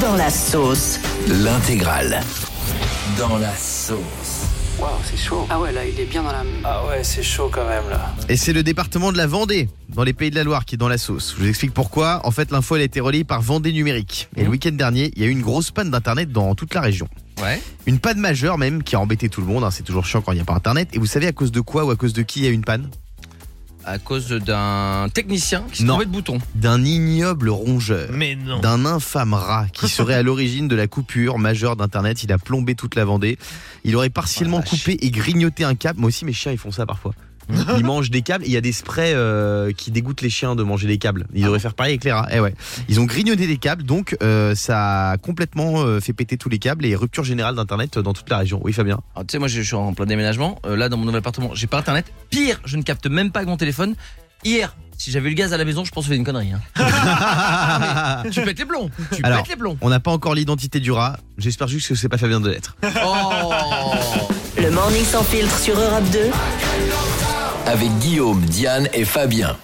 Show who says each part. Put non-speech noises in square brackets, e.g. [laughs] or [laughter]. Speaker 1: Dans la sauce.
Speaker 2: L'intégrale. Dans la sauce.
Speaker 3: Waouh, c'est chaud.
Speaker 4: Ah ouais, là, il est bien dans la.
Speaker 3: Ah ouais, c'est chaud quand même là.
Speaker 5: Et c'est le département de la Vendée, dans les Pays de la Loire, qui est dans la sauce. Je vous explique pourquoi. En fait, l'info elle a été relayée par Vendée Numérique. Et le week-end dernier, il y a eu une grosse panne d'internet dans toute la région.
Speaker 2: Ouais.
Speaker 5: Une panne majeure même qui a embêté tout le monde. hein. C'est toujours chiant quand il n'y a pas internet. Et vous savez à cause de quoi ou à cause de qui il y a eu une panne
Speaker 2: À cause d'un technicien qui se
Speaker 5: Non.
Speaker 2: trompait de bouton.
Speaker 5: D'un ignoble rongeur.
Speaker 6: Mais non.
Speaker 5: d'un infâme rat
Speaker 6: [laughs]
Speaker 5: qui serait à l'origine de la coupure majeure d'Internet. Il a plombé toute la Vendée. Il aurait partiellement
Speaker 2: Oh la vache.
Speaker 5: coupé et grignoté un câble. Moi aussi, mes chiens, ils font ça parfois. Ils mangent des câbles. Il y a des sprays euh, qui dégoûtent les chiens de manger des câbles. Ils devraient faire pareil avec les rats. Eh ouais. Ils ont grignoté des câbles, donc euh, ça a complètement euh, fait péter tous les câbles et rupture générale d'Internet dans toute la région. Oui, Fabien.
Speaker 2: Alors, tu sais, moi je je suis en plein déménagement. Euh, là, dans mon nouvel appartement, j'ai pas internet. Pire, je ne capte même pas avec mon téléphone. Hier, si j'avais eu le gaz à la maison, je pense que c'était une connerie.
Speaker 5: [laughs]
Speaker 2: hein. Ah, mais tu pètes les plombs. Tu
Speaker 5: Alors.
Speaker 2: pètes les plombs.
Speaker 5: On n'a pas encore l'identité du rat. J'espère juste que c'est pas Fabien de l'être.
Speaker 2: Oh
Speaker 1: Le morning sans filtre sur Europe 2.
Speaker 7: avec Guillaume, Diane et Fabien.